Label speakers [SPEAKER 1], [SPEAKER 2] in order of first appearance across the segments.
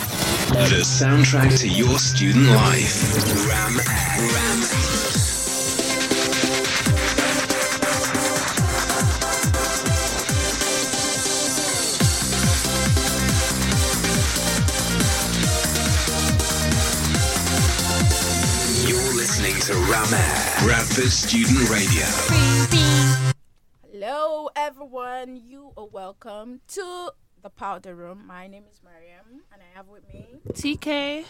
[SPEAKER 1] The soundtrack to your student life. Ram X. You're listening to Ram X. Bradford Student Radio.
[SPEAKER 2] Hello, everyone. You are welcome to the powder room. My name is Mariam, and I have with me.
[SPEAKER 3] TK.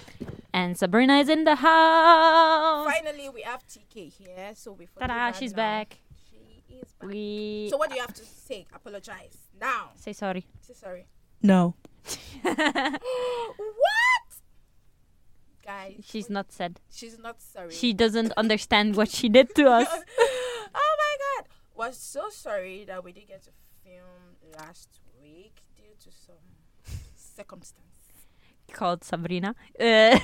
[SPEAKER 3] And Sabrina is in the house.
[SPEAKER 2] Finally, we have TK here, so we. forgive her
[SPEAKER 3] Ta-da, she's
[SPEAKER 2] now.
[SPEAKER 3] back.
[SPEAKER 2] She is back.
[SPEAKER 3] We
[SPEAKER 2] So, what do you have to say? Apologize now.
[SPEAKER 3] say sorry.
[SPEAKER 2] Say sorry.
[SPEAKER 4] No.
[SPEAKER 2] what? Guys,
[SPEAKER 3] She's not sad.
[SPEAKER 2] she's not sorry.
[SPEAKER 3] She doesn't understand what she did to us.
[SPEAKER 2] oh my god. Was so sorry that we didn't get to film last week due to some circumstance.
[SPEAKER 3] Called Sabrina. Uh,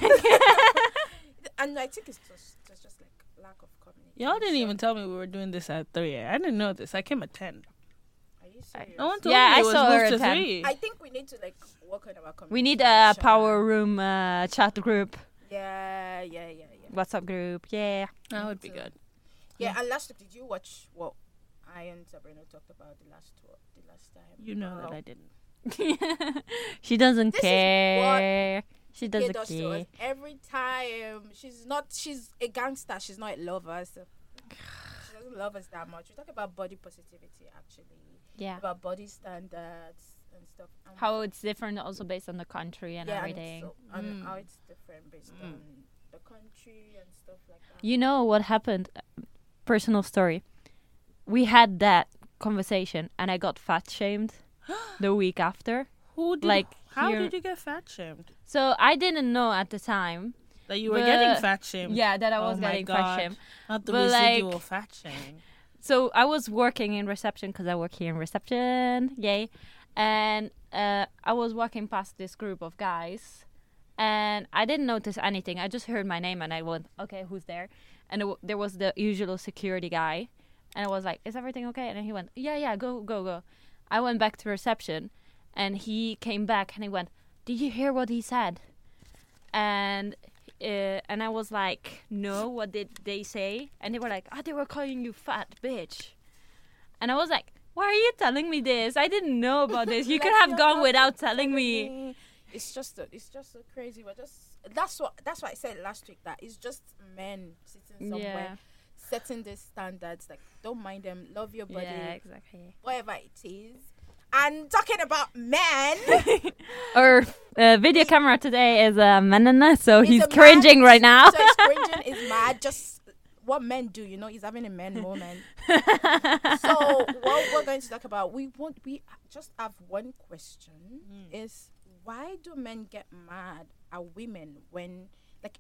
[SPEAKER 2] And I think it's just just, just like lack of communication.
[SPEAKER 4] Y'all didn't even tell me we were doing this at three. I didn't know this. I came at ten.
[SPEAKER 2] Are you serious?
[SPEAKER 4] No one told
[SPEAKER 3] Yeah,
[SPEAKER 4] me
[SPEAKER 3] I
[SPEAKER 4] it was
[SPEAKER 3] saw her
[SPEAKER 4] moved
[SPEAKER 3] at
[SPEAKER 4] to
[SPEAKER 3] 10.
[SPEAKER 4] three.
[SPEAKER 2] I think we need to like work on our communication.
[SPEAKER 3] we need a power room uh, chat group,
[SPEAKER 2] Yeah, yeah, yeah, yeah.
[SPEAKER 3] WhatsApp group. Yeah.
[SPEAKER 4] that would be good.
[SPEAKER 2] Yeah, and last week, did you watch what I and Sabrina talked about the last the last time?
[SPEAKER 4] You know
[SPEAKER 2] Wow.
[SPEAKER 4] that I didn't.
[SPEAKER 3] she doesn't
[SPEAKER 2] This is
[SPEAKER 3] care.
[SPEAKER 2] Kay
[SPEAKER 3] She doesn't
[SPEAKER 2] does to
[SPEAKER 3] care.
[SPEAKER 2] us every time. She's not. She's a gangster. She's not a lover. So she doesn't love us that much. We talk about body positivity, actually,
[SPEAKER 3] Yeah.
[SPEAKER 2] about body standards and stuff. And
[SPEAKER 3] How it's different also based on the country and
[SPEAKER 2] yeah, and, it's
[SPEAKER 3] everything.
[SPEAKER 2] so, and how it's different based on the country and stuff like that.
[SPEAKER 3] You know what happened? Personal story. We had that conversation, and I got fat shamed the week after.
[SPEAKER 4] Who did?
[SPEAKER 3] Like,
[SPEAKER 4] how
[SPEAKER 3] here-
[SPEAKER 4] did you get fat shamed?
[SPEAKER 3] So I didn't know at the time.
[SPEAKER 4] That you were
[SPEAKER 3] But-
[SPEAKER 4] getting fat shamed.
[SPEAKER 3] Yeah, that I
[SPEAKER 4] Oh
[SPEAKER 3] was
[SPEAKER 4] my
[SPEAKER 3] getting
[SPEAKER 4] God.
[SPEAKER 3] fat shamed.
[SPEAKER 4] Not the
[SPEAKER 3] But, like-
[SPEAKER 4] residual fat shame.
[SPEAKER 3] So I was working in reception because I work here in reception. Yay! And uh, I was walking past this group of guys, and I didn't notice anything. I just heard my name, and I went, "Okay, who's there?" And it w- there was the usual security guy, and I was like, "Is everything okay?" And then he went, "Yeah, yeah, go, go, go." I went back to reception, and he came back and he went, "Did you hear what he said?" and uh, and I was like, no, what did they say? And they were like, ah, they were calling you fat bitch, and I was like, why are you telling me this? I didn't know about this. You
[SPEAKER 2] Like,
[SPEAKER 3] could have
[SPEAKER 2] you're
[SPEAKER 3] gone
[SPEAKER 2] not
[SPEAKER 3] without telling
[SPEAKER 2] telling
[SPEAKER 3] me.
[SPEAKER 2] me. It's just, so- it's just so crazy. We're just that's what that's what I said last week. That it's just men sitting
[SPEAKER 3] Yeah,
[SPEAKER 2] somewhere, setting these standards. Like, don't mind them. Love your body,
[SPEAKER 3] yeah, exactly.
[SPEAKER 2] whatever it is. And talking about men,
[SPEAKER 3] Our uh, video camera today is a man, so he's
[SPEAKER 2] a man,
[SPEAKER 3] cringing right now.
[SPEAKER 2] So it's cringing is mad. Just what men do, you know, he's having a men moment. so what we're going to talk about, we want we just have one question:
[SPEAKER 4] Hmm.
[SPEAKER 2] is why do men get mad at women when, like,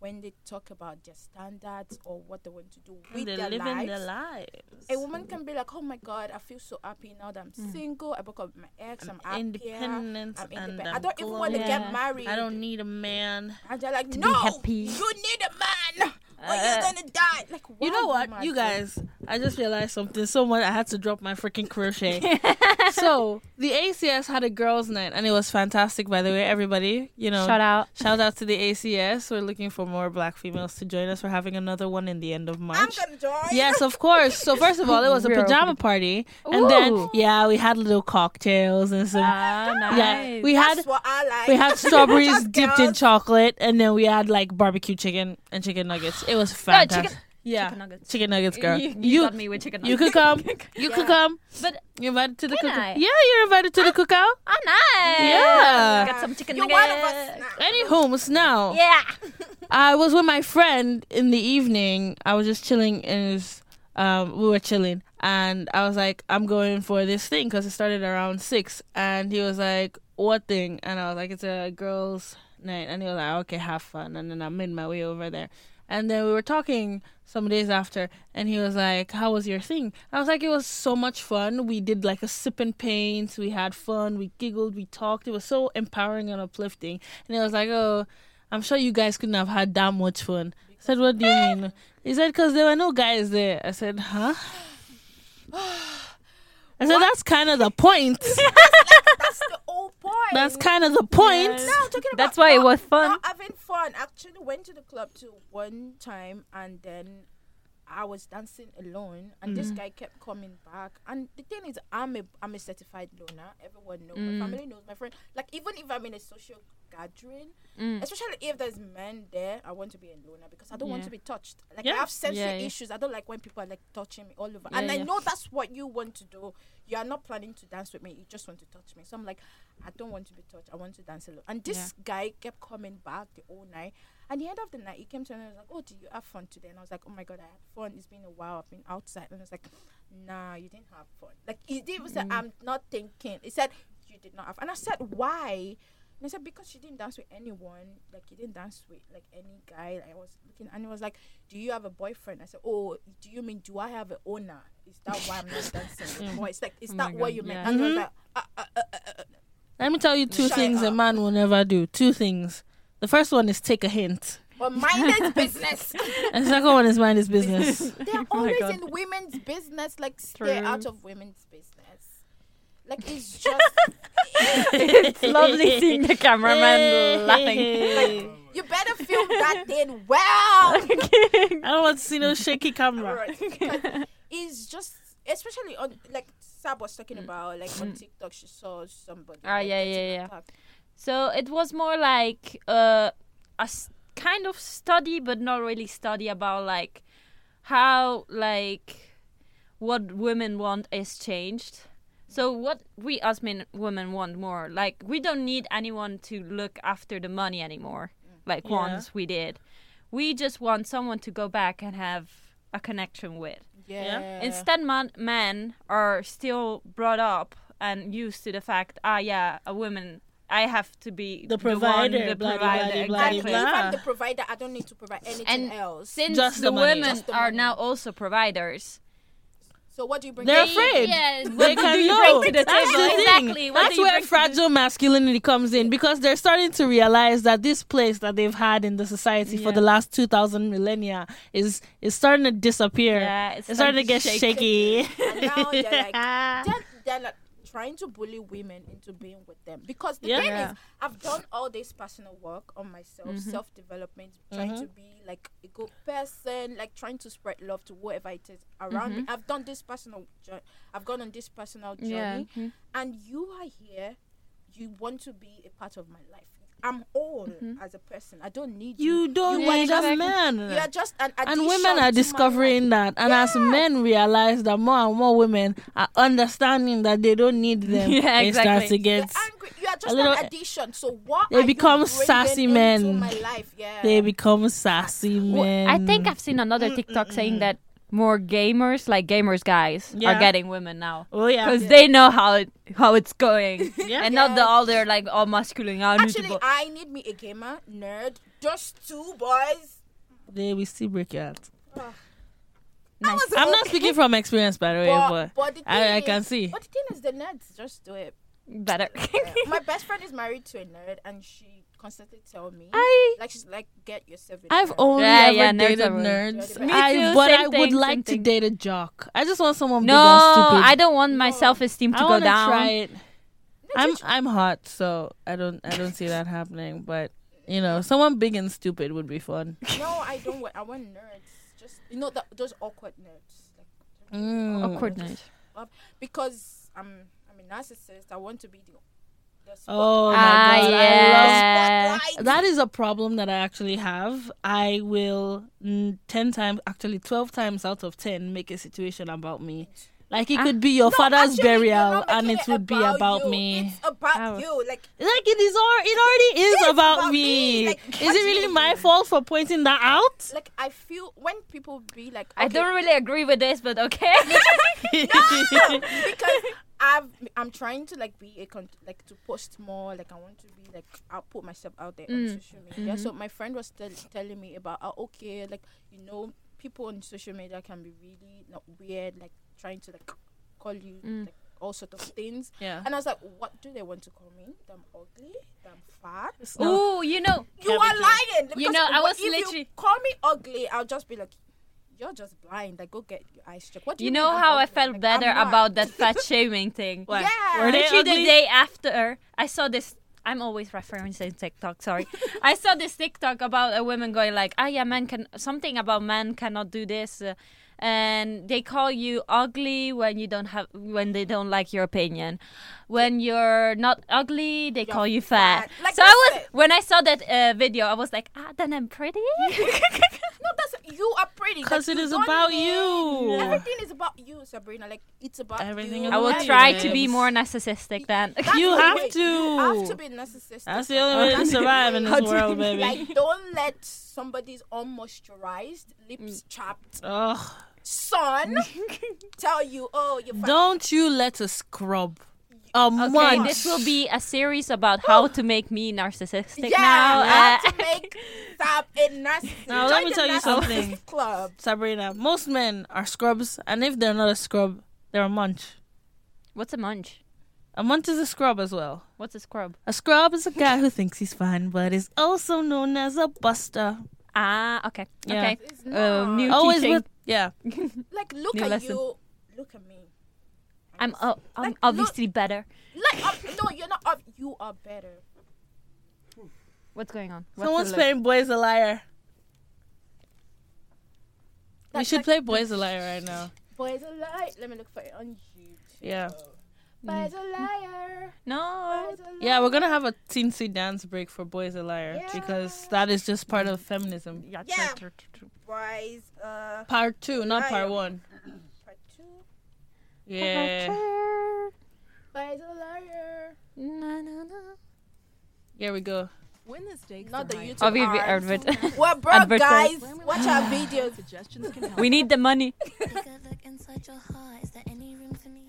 [SPEAKER 2] when they talk about their standards or what they want to do with
[SPEAKER 4] They're
[SPEAKER 2] their
[SPEAKER 4] living
[SPEAKER 2] lives?
[SPEAKER 4] their lives. Hmm.
[SPEAKER 2] A woman can be like, "Oh my God, I feel so happy now that I'm single. I broke um, up with my ex. I'm, happier.
[SPEAKER 4] independent
[SPEAKER 2] I'm
[SPEAKER 4] and
[SPEAKER 2] independent. I
[SPEAKER 4] I'm
[SPEAKER 2] don't even want to
[SPEAKER 3] glowing.
[SPEAKER 2] get married.
[SPEAKER 4] I don't need a man.
[SPEAKER 2] And they're like,
[SPEAKER 3] be
[SPEAKER 2] no,
[SPEAKER 3] happy.
[SPEAKER 2] you need a man, or
[SPEAKER 3] Uh,
[SPEAKER 2] you're gonna die. Like, why
[SPEAKER 4] You know
[SPEAKER 2] are
[SPEAKER 4] what,
[SPEAKER 2] mad
[SPEAKER 4] you
[SPEAKER 2] for?
[SPEAKER 4] guys? I just realized something. Someone I had to drop my freaking crochet. so the ACS had a girls' night, and it was fantastic. By the way, everybody, you know,
[SPEAKER 3] Shout out.
[SPEAKER 4] shout out to the ACS. We're looking for more Black females to join us. We're having another one in the end of March.
[SPEAKER 2] I'm gonna join.
[SPEAKER 4] Yes, of course. So first of all, it was a
[SPEAKER 3] We're open.
[SPEAKER 4] pajama party, and then
[SPEAKER 3] Ooh.
[SPEAKER 4] yeah, we had little cocktails and some.
[SPEAKER 3] Ah, nice.
[SPEAKER 4] yeah, we
[SPEAKER 2] that's
[SPEAKER 4] had
[SPEAKER 2] what I like.
[SPEAKER 4] we had strawberries
[SPEAKER 2] Just
[SPEAKER 4] dipped in
[SPEAKER 2] girls.
[SPEAKER 4] chocolate, and then we had like barbecue chicken and chicken nuggets. It was
[SPEAKER 3] No,
[SPEAKER 4] fantastic.
[SPEAKER 3] chicken-
[SPEAKER 4] yeah,
[SPEAKER 3] chicken nuggets.
[SPEAKER 4] Chicken nuggets, girl.
[SPEAKER 3] You,
[SPEAKER 4] You
[SPEAKER 3] you
[SPEAKER 4] you,
[SPEAKER 3] got me with chicken.
[SPEAKER 4] could come. You could
[SPEAKER 2] Yeah.
[SPEAKER 4] come.
[SPEAKER 3] But-
[SPEAKER 4] you're invited to the
[SPEAKER 3] Can
[SPEAKER 4] cookout.
[SPEAKER 3] I?
[SPEAKER 4] Yeah, you're invited to the cookout.
[SPEAKER 3] Ah, nice.
[SPEAKER 4] Yeah.
[SPEAKER 3] Get some chicken
[SPEAKER 2] You're
[SPEAKER 3] nuggets.
[SPEAKER 2] one of
[SPEAKER 4] Anywho,
[SPEAKER 2] us now.
[SPEAKER 4] now
[SPEAKER 3] Yeah.
[SPEAKER 4] I was with my friend in the evening. I was just chilling, and it was, um, we were chilling, and I was like, "I'm going for this thing" because it started around six, and he was like, "What thing?" And I was like, "It's a girls' night," and he was like, "Okay, have fun." And then I made my way over there, and then we were talking some days after, and he was like, "How was your thing?" I was like, "It was so much fun. We did like a sip and paint. We had fun. We giggled. We talked. It was so empowering and uplifting." And he was like, "Oh." I'm sure you guys couldn't have had that much fun. I said, What do you mean? He said, Because there were no guys there. I said, Huh? I said, That's kind of the point.
[SPEAKER 2] That's the old point.
[SPEAKER 4] That's kind of the point.
[SPEAKER 3] Yes.
[SPEAKER 2] No, I'm talking about
[SPEAKER 3] That's why it
[SPEAKER 2] not-
[SPEAKER 3] was fun.
[SPEAKER 2] Not having fun. Actually, went to the club too one time, and then I was dancing alone, and
[SPEAKER 4] Mm-hmm.
[SPEAKER 2] this guy kept coming back. And the thing is, I'm a I'm a certified loner. Everyone knows.
[SPEAKER 4] Mm.
[SPEAKER 2] My family knows. My friend. Like even if I'm in a social gathering,
[SPEAKER 4] Mm.
[SPEAKER 2] especially if there's men there, I want to be a loner because I don't want
[SPEAKER 3] Yeah.
[SPEAKER 2] to be touched. Like
[SPEAKER 4] Yeah.
[SPEAKER 2] I have sensory
[SPEAKER 3] Yeah, yeah.
[SPEAKER 2] issues. I don't like when people are like touching me all over.
[SPEAKER 3] Yeah,
[SPEAKER 2] and I
[SPEAKER 3] yeah.
[SPEAKER 2] know that's what you want to do. You are not planning to dance with me. You just want to touch me. So I'm like, I don't want to be touched. I want to dance alone. And this guy kept coming back the whole night. And the end of the night, he came to me and was like, "Oh, did you have fun today?" And I was like, "Oh my god, I had fun. It's been a while. I've been outside." And I was like, "Nah, you didn't have fun." Like he didn't even say,
[SPEAKER 3] Mm.
[SPEAKER 2] "I'm not thinking." He said, "You did not have." And I said, "Why?" And I said, "Because she didn't dance with anyone. Like you didn't dance with like any guy. I was looking." And he was like, "Do you have a boyfriend?" I said, "Oh, do you mean do I have an owner? Is that why I'm not dancing with boys? Like is
[SPEAKER 3] Oh my
[SPEAKER 2] that what
[SPEAKER 3] God,
[SPEAKER 2] you meant?"
[SPEAKER 3] yeah. Mm-hmm.
[SPEAKER 2] And he was like, "Uh, uh, uh,
[SPEAKER 4] Let me tell you two
[SPEAKER 2] Shut
[SPEAKER 4] things a
[SPEAKER 2] up.
[SPEAKER 4] man will never do. Two things. The first one is take a hint.
[SPEAKER 2] "But mind his business."
[SPEAKER 4] And the second one is mind his business.
[SPEAKER 2] They're
[SPEAKER 3] Oh my
[SPEAKER 2] always
[SPEAKER 3] God.
[SPEAKER 2] in women's business. Like
[SPEAKER 3] True.
[SPEAKER 2] stay out of women's business. Like it's just
[SPEAKER 3] it's lovely seeing the cameraman laughing.
[SPEAKER 4] Hey.
[SPEAKER 2] you better film that thing well.
[SPEAKER 4] I don't want to see no shaky camera.
[SPEAKER 2] Right. Because it's just especially on like Sab was talking about like on TikTok she saw somebody.
[SPEAKER 3] Mm. Ah,
[SPEAKER 2] like,
[SPEAKER 3] yeah, yeah,
[SPEAKER 2] getting
[SPEAKER 3] yeah.
[SPEAKER 2] attacked.
[SPEAKER 3] So it was more like uh, a s- kind of study, but not really study about like how like what women want is changed. So what we as men women want more, like we don't need anyone to look after the money anymore, like
[SPEAKER 4] Yeah.
[SPEAKER 3] once we did. We just want someone to go back and have a connection with.
[SPEAKER 2] Yeah.
[SPEAKER 3] Instead, man, men are still brought up and used to the fact, ah, yeah, a woman, I have to be
[SPEAKER 4] The
[SPEAKER 3] one,
[SPEAKER 4] provider,
[SPEAKER 3] the
[SPEAKER 4] blah, de, blah, de,
[SPEAKER 3] provider,
[SPEAKER 4] blah, de,
[SPEAKER 2] And
[SPEAKER 3] exactly.
[SPEAKER 2] if
[SPEAKER 4] blah.
[SPEAKER 2] I'm the provider, I don't need to provide anything
[SPEAKER 3] And
[SPEAKER 2] else.
[SPEAKER 3] Since
[SPEAKER 4] Just
[SPEAKER 3] the,
[SPEAKER 4] the money.
[SPEAKER 3] women
[SPEAKER 2] Just the
[SPEAKER 3] are
[SPEAKER 2] money.
[SPEAKER 3] now also providers,
[SPEAKER 2] so what do you bring?
[SPEAKER 4] They're
[SPEAKER 2] to-
[SPEAKER 4] afraid.
[SPEAKER 3] Yeah,
[SPEAKER 4] They
[SPEAKER 3] what
[SPEAKER 4] can
[SPEAKER 3] do you
[SPEAKER 4] know.
[SPEAKER 3] bring to the
[SPEAKER 4] That's
[SPEAKER 3] table?
[SPEAKER 4] the thing.
[SPEAKER 3] exactly. What
[SPEAKER 4] That's
[SPEAKER 3] do you
[SPEAKER 4] where
[SPEAKER 3] bring to the-
[SPEAKER 4] fragile masculinity comes in because they're starting to realize that this place that they've had in the society for
[SPEAKER 3] Yeah.
[SPEAKER 4] the last 2000 millennia is is starting to disappear.
[SPEAKER 3] Yeah, it's
[SPEAKER 4] it's starting to get
[SPEAKER 3] starting to
[SPEAKER 4] shaky.
[SPEAKER 2] And now they're like they're, they're like trying to bully women into being with them because the
[SPEAKER 4] Yeah. Mm-hmm.
[SPEAKER 2] thing
[SPEAKER 3] Yeah.
[SPEAKER 2] is i've done all this personal work on myself self-development trying to be like a good person like trying to spread love to whoever it is around
[SPEAKER 4] Mm-hmm.
[SPEAKER 2] me i've done this personal journey i've gone on this personal journey
[SPEAKER 3] Yeah.
[SPEAKER 4] mm-hmm.
[SPEAKER 2] and you are here you want to be a part of my life i'm all as a person i don't need you
[SPEAKER 4] Mm-hmm. You don't
[SPEAKER 3] You
[SPEAKER 4] need a
[SPEAKER 3] are just-
[SPEAKER 4] man.
[SPEAKER 2] you are just an
[SPEAKER 4] and
[SPEAKER 2] addition
[SPEAKER 4] women
[SPEAKER 2] to my
[SPEAKER 4] are
[SPEAKER 2] life.
[SPEAKER 4] discovering that and as men realize that more and more women are understanding that they don't need them
[SPEAKER 3] Yeah,
[SPEAKER 4] it starts to
[SPEAKER 3] exactly.
[SPEAKER 4] get
[SPEAKER 2] They're angry. You are just
[SPEAKER 4] a little-
[SPEAKER 2] an addition. So what?
[SPEAKER 4] They
[SPEAKER 2] are you
[SPEAKER 4] become
[SPEAKER 2] bringing
[SPEAKER 4] sassy
[SPEAKER 2] into
[SPEAKER 4] men.
[SPEAKER 2] My life, yeah.
[SPEAKER 4] they become sassy
[SPEAKER 3] Well,
[SPEAKER 4] men
[SPEAKER 3] I think I've seen
[SPEAKER 4] Mm,
[SPEAKER 3] another TikTok saying that more gamers, like gamers guys,
[SPEAKER 4] Yeah.
[SPEAKER 3] are getting women now.
[SPEAKER 4] oh yeah
[SPEAKER 3] Because they know how it how it's going,
[SPEAKER 4] Yeah.
[SPEAKER 3] and not the other like all masculine. "Oh, I need to
[SPEAKER 2] Actually,
[SPEAKER 3] go-
[SPEAKER 2] I need me a gamer nerd. Just two boys.
[SPEAKER 4] they will still break your heart
[SPEAKER 2] I was
[SPEAKER 4] i'm not
[SPEAKER 2] okay,
[SPEAKER 4] speaking from experience by the way
[SPEAKER 2] But,
[SPEAKER 4] but,
[SPEAKER 2] but the thing
[SPEAKER 4] I, I can
[SPEAKER 2] is-
[SPEAKER 4] see
[SPEAKER 2] But the thing is, the nerds just do it.
[SPEAKER 3] better.
[SPEAKER 2] Yeah. My best friend is married to a nerd, and she constantly tell me,
[SPEAKER 4] I-
[SPEAKER 2] like she's like, get yourself. A
[SPEAKER 4] I've
[SPEAKER 2] nerd."
[SPEAKER 4] only
[SPEAKER 3] Yeah,
[SPEAKER 4] ever
[SPEAKER 3] yeah, nerds
[SPEAKER 4] dated
[SPEAKER 3] are really-
[SPEAKER 4] nerds.
[SPEAKER 2] Me
[SPEAKER 4] I,
[SPEAKER 3] too,
[SPEAKER 4] but
[SPEAKER 3] same
[SPEAKER 4] I
[SPEAKER 3] thing,
[SPEAKER 4] would like
[SPEAKER 3] same
[SPEAKER 4] to
[SPEAKER 3] thing.
[SPEAKER 4] date a jock. I just want someone
[SPEAKER 3] no,
[SPEAKER 4] big and stupid.
[SPEAKER 3] I don't want my self esteem to
[SPEAKER 4] I
[SPEAKER 3] go
[SPEAKER 4] wanna
[SPEAKER 3] down.
[SPEAKER 4] Try it. I'm I'm hot, so I don't I don't see that happening. But you know, someone big and stupid would be fun.
[SPEAKER 2] no, I don't want. I want nerds. Just you know that those awkward nerds. Like,
[SPEAKER 4] Mm.
[SPEAKER 3] Awkward night.
[SPEAKER 2] because I'm I'm a narcissist. I want to be the. the
[SPEAKER 4] Oh my
[SPEAKER 3] Ah,
[SPEAKER 4] god,
[SPEAKER 3] yeah.
[SPEAKER 2] spotlight.
[SPEAKER 4] I love that is a problem that I actually have. I will mm, ten times, actually twelve times out of ten, make a situation about me. Like
[SPEAKER 3] Ah.
[SPEAKER 4] it could be your
[SPEAKER 2] No,
[SPEAKER 4] father's
[SPEAKER 2] actually, you're
[SPEAKER 4] burial,
[SPEAKER 2] not
[SPEAKER 4] and
[SPEAKER 2] making
[SPEAKER 4] it would be about
[SPEAKER 2] you.
[SPEAKER 4] me.
[SPEAKER 2] It's about
[SPEAKER 3] Oh.
[SPEAKER 2] you. Like
[SPEAKER 4] like it is, or it already is
[SPEAKER 2] It's
[SPEAKER 4] about,
[SPEAKER 2] about
[SPEAKER 4] me.
[SPEAKER 2] me. Like,
[SPEAKER 4] is it
[SPEAKER 2] what do
[SPEAKER 4] really
[SPEAKER 2] you
[SPEAKER 4] my
[SPEAKER 2] mean?
[SPEAKER 4] fault for pointing that out?
[SPEAKER 2] like I feel when people be like
[SPEAKER 3] I
[SPEAKER 2] okay,
[SPEAKER 3] don't really agree with this, but okay.
[SPEAKER 2] because I've I'm trying to like be a con- like to post more. Like I want to be like I'll put myself out there
[SPEAKER 4] Mm.
[SPEAKER 2] on social media.
[SPEAKER 4] Mm-hmm.
[SPEAKER 2] So my friend was tell- telling me about oh, okay, like you know, people on social media can be really not weird, like trying to like call you like all sort of things.
[SPEAKER 4] Mm. Yeah.
[SPEAKER 2] And I was like, what do they want to call me? That I'm ugly. That I'm fat.
[SPEAKER 3] Ooh, you know,
[SPEAKER 2] You are lying.
[SPEAKER 3] You
[SPEAKER 2] because
[SPEAKER 3] know, I
[SPEAKER 2] wh-
[SPEAKER 3] was
[SPEAKER 2] if you
[SPEAKER 3] literally-
[SPEAKER 2] call me ugly. I'll just be like, you're just blind. Like, go get your eyes checked. What do you,
[SPEAKER 3] you know
[SPEAKER 2] mean I'm
[SPEAKER 3] how I
[SPEAKER 2] ugly?
[SPEAKER 3] felt
[SPEAKER 2] Like,
[SPEAKER 3] better
[SPEAKER 2] I'm not.
[SPEAKER 3] about that fat shaming thing.
[SPEAKER 4] What?
[SPEAKER 2] Yeah.
[SPEAKER 4] Were they
[SPEAKER 3] Literally the
[SPEAKER 4] ugly?
[SPEAKER 3] day after, I saw this I'm always referencing TikTok. Sorry, I saw this TikTok about a woman going like, "Ah, yeah, man can something about man cannot do this," uh, and they call you ugly when you don't have when they don't like your opinion. When you're not ugly, they call you fat.
[SPEAKER 2] fat. Like
[SPEAKER 3] so I was
[SPEAKER 2] that's it.
[SPEAKER 3] when I saw that uh, video, I was like, "Ah, then I'm pretty."
[SPEAKER 2] No, that's you are pretty.
[SPEAKER 4] Because
[SPEAKER 2] Like,
[SPEAKER 4] it is
[SPEAKER 2] don't
[SPEAKER 4] about
[SPEAKER 2] need-
[SPEAKER 4] you.
[SPEAKER 2] Everything is about you, Sabrina. Like it's about
[SPEAKER 4] Everything
[SPEAKER 2] you.
[SPEAKER 4] is
[SPEAKER 3] I will
[SPEAKER 4] Right.
[SPEAKER 3] try to be more narcissistic then.
[SPEAKER 2] That's
[SPEAKER 4] You
[SPEAKER 2] the
[SPEAKER 4] have
[SPEAKER 2] way-
[SPEAKER 4] to.
[SPEAKER 2] You have to be narcissistic.
[SPEAKER 4] That's the only way to
[SPEAKER 2] That's the
[SPEAKER 4] survive in
[SPEAKER 2] way.
[SPEAKER 4] this world, baby.
[SPEAKER 2] Like, don't let somebody's unmoisturized,
[SPEAKER 3] Mm.
[SPEAKER 2] lips chapped
[SPEAKER 4] Ugh.
[SPEAKER 2] son tell you, oh, you're fat.
[SPEAKER 4] Don't you let us scrub a
[SPEAKER 3] Okay,
[SPEAKER 4] month.
[SPEAKER 3] this will be a series about how to make me narcissistic
[SPEAKER 2] yeah,
[SPEAKER 3] now.
[SPEAKER 2] you have
[SPEAKER 3] Uh,
[SPEAKER 2] to make Sab a narcissist.
[SPEAKER 4] Now,
[SPEAKER 2] Join
[SPEAKER 4] let me
[SPEAKER 2] the
[SPEAKER 4] tell you
[SPEAKER 2] narcissist
[SPEAKER 4] something.
[SPEAKER 2] Club.
[SPEAKER 4] Sabrina, most men are scrubs, and if they're not a scrub, they're a munch.
[SPEAKER 3] what's a munch?
[SPEAKER 4] A munch is a scrub as well.
[SPEAKER 3] What's a scrub?
[SPEAKER 4] A scrub is a guy who thinks he's fine, but is also known as a buster.
[SPEAKER 3] Ah, okay.
[SPEAKER 4] Yeah.
[SPEAKER 3] Okay.
[SPEAKER 2] It's
[SPEAKER 3] Uh,
[SPEAKER 2] not.
[SPEAKER 3] new
[SPEAKER 4] Always
[SPEAKER 3] teaching.
[SPEAKER 4] with yeah.
[SPEAKER 2] Like, look
[SPEAKER 3] new
[SPEAKER 2] at
[SPEAKER 3] lesson.
[SPEAKER 2] you. Look at me.
[SPEAKER 3] I'm, uh, I'm
[SPEAKER 2] Like,
[SPEAKER 3] obviously better.
[SPEAKER 2] Like, um, no, you're not up. You are better.
[SPEAKER 3] What's going on? What's
[SPEAKER 4] Someone's
[SPEAKER 3] the look?
[SPEAKER 4] playing boy's a liar. we
[SPEAKER 2] That's
[SPEAKER 4] should
[SPEAKER 2] like-
[SPEAKER 4] play boy's a liar right now.
[SPEAKER 2] Boys are liar. Let me look for it on YouTube. Mm.
[SPEAKER 4] Yeah.
[SPEAKER 2] Boys are liar.
[SPEAKER 3] No.
[SPEAKER 2] Boys are liar.
[SPEAKER 4] Yeah, we're gonna have a teen sweet dance break for boys a liar
[SPEAKER 2] Yeah.
[SPEAKER 4] because that is just part of feminism.
[SPEAKER 3] Yeah.
[SPEAKER 2] Yeah.
[SPEAKER 3] true, true, true,
[SPEAKER 2] Boys, uh,
[SPEAKER 4] Part two, not
[SPEAKER 2] Liar.
[SPEAKER 4] part one.
[SPEAKER 2] part two.
[SPEAKER 4] Yeah.
[SPEAKER 3] true.
[SPEAKER 2] Boys are liar.
[SPEAKER 3] Na, na, na.
[SPEAKER 4] Here we go.
[SPEAKER 5] When the stakes
[SPEAKER 2] Not
[SPEAKER 5] are
[SPEAKER 2] the
[SPEAKER 5] high,
[SPEAKER 2] YouTube
[SPEAKER 3] Obviously,
[SPEAKER 2] ads.
[SPEAKER 3] Arvid.
[SPEAKER 2] We're broke, guys.
[SPEAKER 3] Advertise.
[SPEAKER 2] Watch our videos.
[SPEAKER 5] suggestions can help.
[SPEAKER 3] we need the money.
[SPEAKER 6] Take a look inside your heart. Is there any room for me?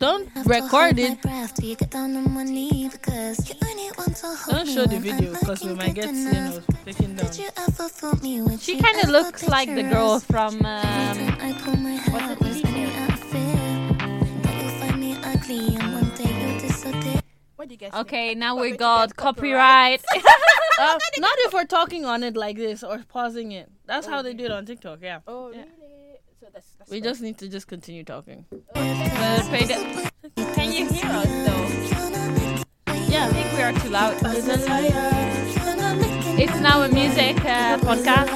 [SPEAKER 4] Don't
[SPEAKER 6] Have to
[SPEAKER 4] record
[SPEAKER 6] hold my
[SPEAKER 4] it.
[SPEAKER 6] breath till you get down on one knee because you only want to hold
[SPEAKER 4] Don't
[SPEAKER 6] me
[SPEAKER 4] show the
[SPEAKER 6] when
[SPEAKER 4] video
[SPEAKER 6] I'm
[SPEAKER 4] because we
[SPEAKER 6] looking
[SPEAKER 4] might
[SPEAKER 6] good
[SPEAKER 4] get you know
[SPEAKER 6] enough.
[SPEAKER 4] taken down.
[SPEAKER 6] Did you ever fool me when
[SPEAKER 3] She
[SPEAKER 6] you
[SPEAKER 3] kind of
[SPEAKER 6] ever
[SPEAKER 3] looks like the girl
[SPEAKER 6] picturesque?
[SPEAKER 3] from. Um,
[SPEAKER 6] Reason I call my hat was any outfit. That you'll find me ugly and one day you'll disappear.
[SPEAKER 2] What do you guys think?
[SPEAKER 3] okay, now
[SPEAKER 2] Probably
[SPEAKER 3] we
[SPEAKER 2] to
[SPEAKER 3] got
[SPEAKER 2] get
[SPEAKER 3] copyright.
[SPEAKER 4] Uh, not if we're talking on it like this or pausing it. That's how they do it on TikTok. Yeah.
[SPEAKER 2] Oh, really? So that's, that's Oh,
[SPEAKER 4] We
[SPEAKER 2] good.
[SPEAKER 4] just need to just continue talking.
[SPEAKER 3] Uh, play the- Can you hear us though?
[SPEAKER 6] You're not making-
[SPEAKER 3] Yeah. I think we are too loud.
[SPEAKER 6] you're not making
[SPEAKER 3] It's now a music uh, podcast.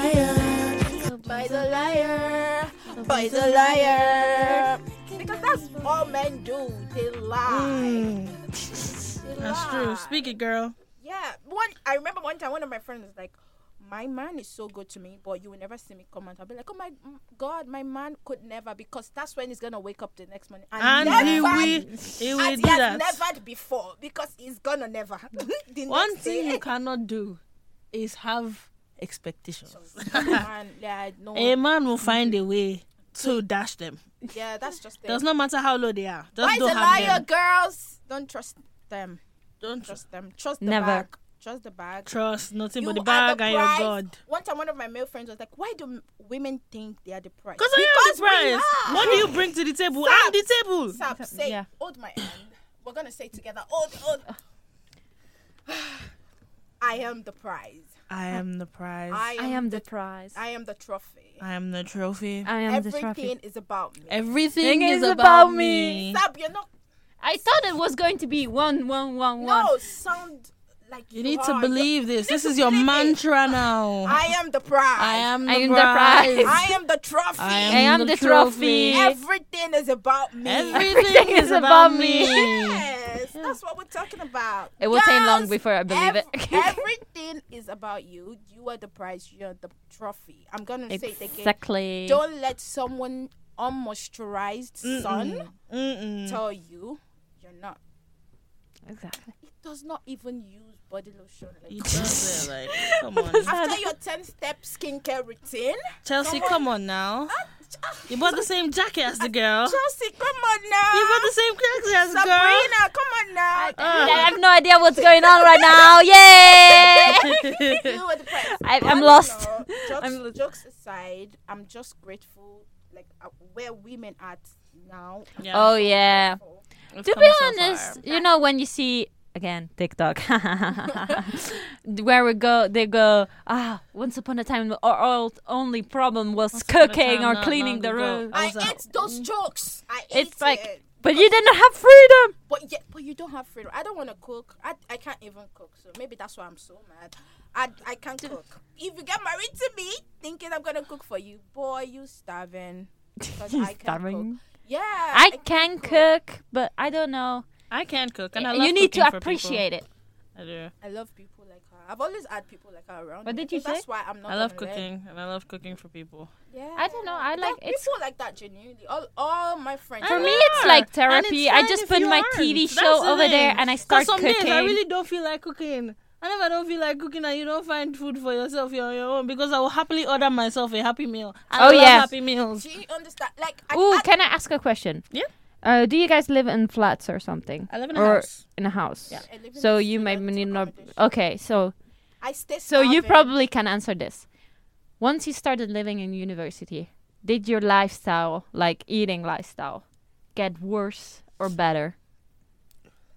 [SPEAKER 2] Boys are liar. Boys are liar. Because that's all men do. They lie. They
[SPEAKER 4] Hmm. That's
[SPEAKER 2] lie.
[SPEAKER 4] true. Speak it, girl.
[SPEAKER 2] Yeah. One. I remember one time one of my friends was like, "My man is so good to me, but you will never see me comment." I'll be like, "Oh my mm, God, my man could never," because that's when he's gonna wake up the next morning
[SPEAKER 4] And he
[SPEAKER 2] never-
[SPEAKER 4] will, he will
[SPEAKER 2] and
[SPEAKER 4] do
[SPEAKER 2] he has
[SPEAKER 4] that.
[SPEAKER 2] never before because he's gonna never. The
[SPEAKER 4] One
[SPEAKER 2] next
[SPEAKER 4] thing
[SPEAKER 2] day,
[SPEAKER 4] you cannot do is have expectations.
[SPEAKER 2] man, yeah, no,
[SPEAKER 4] A man will find a way to dash them.
[SPEAKER 2] yeah, that's just it.
[SPEAKER 4] Does not matter how low they are. Just
[SPEAKER 2] Why is a
[SPEAKER 4] don't have
[SPEAKER 2] liar,
[SPEAKER 4] them.
[SPEAKER 2] girls? Don't trust them.
[SPEAKER 4] Don't trust.
[SPEAKER 2] Trust them. Trust the
[SPEAKER 3] Never.
[SPEAKER 2] bag. Trust the bag.
[SPEAKER 4] Trust nothing
[SPEAKER 2] You
[SPEAKER 4] but the
[SPEAKER 2] are
[SPEAKER 4] bag and your
[SPEAKER 2] prize.
[SPEAKER 4] God.
[SPEAKER 2] One time, one of my male friends was like, "Why do m- women think they are the prize?"
[SPEAKER 4] Because I am
[SPEAKER 2] we
[SPEAKER 4] surprised.
[SPEAKER 2] are.
[SPEAKER 4] What do you bring to the table?
[SPEAKER 2] Stop.
[SPEAKER 4] I'm the table.
[SPEAKER 2] Sab, say,
[SPEAKER 3] Yeah.
[SPEAKER 2] hold my hand. We're gonna say together, hold, hold. I am the prize.
[SPEAKER 4] I am the prize.
[SPEAKER 2] I am,
[SPEAKER 3] I am the prize.
[SPEAKER 2] I am the trophy.
[SPEAKER 4] I am the trophy.
[SPEAKER 3] I am the trophy.
[SPEAKER 2] Everything is about me.
[SPEAKER 4] Everything
[SPEAKER 3] Thing
[SPEAKER 4] is,
[SPEAKER 3] is
[SPEAKER 4] about,
[SPEAKER 3] about
[SPEAKER 4] me.
[SPEAKER 3] me.
[SPEAKER 2] Sab, you're not.
[SPEAKER 3] I thought it was going to be one, one, one, one.
[SPEAKER 2] No, sound like
[SPEAKER 4] You need to
[SPEAKER 2] are.
[SPEAKER 4] believe this.
[SPEAKER 2] need
[SPEAKER 4] This
[SPEAKER 2] to
[SPEAKER 4] is your
[SPEAKER 2] believe it.
[SPEAKER 4] mantra now.
[SPEAKER 2] I am the prize.
[SPEAKER 4] I am the
[SPEAKER 3] I am the
[SPEAKER 4] prize.
[SPEAKER 3] prize.
[SPEAKER 2] I am the trophy.
[SPEAKER 4] I am,
[SPEAKER 3] I am the trophy.
[SPEAKER 2] Everything is about me.
[SPEAKER 4] Everything is about me.
[SPEAKER 2] Yes, that's what we're talking about.
[SPEAKER 3] It will take long
[SPEAKER 2] Girls,
[SPEAKER 3] before I believe it.
[SPEAKER 2] everything is about you. You are the prize. You're the trophy. I'm gonna say it again.
[SPEAKER 3] Exactly.
[SPEAKER 2] Don't let someone unmoisturized sun
[SPEAKER 4] Mm-mm.
[SPEAKER 2] tell you you're not.
[SPEAKER 3] Exactly.
[SPEAKER 2] It does not even use body lotion.
[SPEAKER 4] You
[SPEAKER 2] Like,
[SPEAKER 4] just say, like, come on.
[SPEAKER 2] after your ten step skincare routine, ah,
[SPEAKER 4] Chelsea, come on now. You bought the same jacket as the girl.
[SPEAKER 2] Chelsea, come on now.
[SPEAKER 4] You bought the same jacket as the girl.
[SPEAKER 2] Sabrina, come on now.
[SPEAKER 3] I have no idea what's going on right now. Yay!
[SPEAKER 2] You are the prize.
[SPEAKER 3] I, I'm
[SPEAKER 2] Honestly,
[SPEAKER 3] lost.
[SPEAKER 2] no, Jokes,
[SPEAKER 3] I'm lo-
[SPEAKER 2] jokes aside, I'm just grateful, like uh, where women are now.
[SPEAKER 4] Yeah.
[SPEAKER 3] Oh yeah.
[SPEAKER 2] Oh,
[SPEAKER 4] We've
[SPEAKER 3] To
[SPEAKER 4] come
[SPEAKER 3] be
[SPEAKER 4] so
[SPEAKER 3] honest,
[SPEAKER 4] far.
[SPEAKER 3] you know when you see again TikTok, where we go, they go. Ah, once upon a time, our old only problem was
[SPEAKER 4] upon a
[SPEAKER 3] cooking
[SPEAKER 4] time,
[SPEAKER 3] or
[SPEAKER 4] not
[SPEAKER 3] cleaning
[SPEAKER 4] long
[SPEAKER 3] the
[SPEAKER 4] ago.
[SPEAKER 3] room.
[SPEAKER 4] I
[SPEAKER 2] I
[SPEAKER 4] was out.
[SPEAKER 2] ate those jokes. I
[SPEAKER 3] uh, Mm. It's
[SPEAKER 2] ate
[SPEAKER 3] like-
[SPEAKER 2] it.
[SPEAKER 3] But you didn't have freedom.
[SPEAKER 2] But yeah, but you don't don't have freedom. I don't want to cook. I, I can't even cook. So maybe that's why I'm so mad. I, I can't cook. If you get married to me, thinking I'm gonna cook for you, boy, you starving. Because I can't
[SPEAKER 3] Starving.
[SPEAKER 2] cook. Yeah,
[SPEAKER 3] I can cook, but I don't know.
[SPEAKER 4] I can't cook, and I love
[SPEAKER 3] You need to
[SPEAKER 4] cooking for people.
[SPEAKER 3] appreciate it.
[SPEAKER 4] I do.
[SPEAKER 2] I love people like her. I've always had people like her around.
[SPEAKER 3] What
[SPEAKER 2] me.
[SPEAKER 3] did you
[SPEAKER 2] So That's
[SPEAKER 3] say?
[SPEAKER 2] why I'm not.
[SPEAKER 4] I love
[SPEAKER 2] gonna let-
[SPEAKER 4] cooking, and I love cooking for people.
[SPEAKER 2] Yeah.
[SPEAKER 3] I don't know, I
[SPEAKER 2] There are
[SPEAKER 3] like- it's-
[SPEAKER 2] people like that genuinely. All all my friends.
[SPEAKER 3] For
[SPEAKER 4] I
[SPEAKER 3] me,
[SPEAKER 4] know.
[SPEAKER 3] it's like
[SPEAKER 4] And it's
[SPEAKER 3] therapy.
[SPEAKER 4] fine
[SPEAKER 3] I just
[SPEAKER 4] if
[SPEAKER 3] put
[SPEAKER 4] you
[SPEAKER 3] my
[SPEAKER 4] aren't.
[SPEAKER 3] TV
[SPEAKER 4] That's
[SPEAKER 3] show
[SPEAKER 4] the
[SPEAKER 3] over there
[SPEAKER 4] thing.
[SPEAKER 3] and I
[SPEAKER 4] 'Cause
[SPEAKER 3] start
[SPEAKER 4] some
[SPEAKER 3] cooking.
[SPEAKER 4] days I really don't feel like cooking. And if I don't feel like cooking and you don't find food for yourself, you're on your own because I will happily order myself a happy meal. I
[SPEAKER 3] Oh,
[SPEAKER 4] love
[SPEAKER 3] yes.
[SPEAKER 4] happy meals.
[SPEAKER 2] Do you understand? Like, I,
[SPEAKER 3] Ooh,
[SPEAKER 2] I,
[SPEAKER 3] can I ask a question?
[SPEAKER 4] Yeah.
[SPEAKER 3] Uh, do you guys live in flats or something?
[SPEAKER 4] I live in a
[SPEAKER 3] or
[SPEAKER 4] house.
[SPEAKER 3] in a house.
[SPEAKER 4] Yeah.
[SPEAKER 2] I live in
[SPEAKER 3] So
[SPEAKER 2] a
[SPEAKER 3] you might
[SPEAKER 2] student
[SPEAKER 3] need not.
[SPEAKER 2] accommodation.
[SPEAKER 3] Okay, so
[SPEAKER 2] I stay.
[SPEAKER 3] so you
[SPEAKER 2] starving.
[SPEAKER 3] probably can answer this. Once you started living in university, did your lifestyle, like eating lifestyle, get worse or better?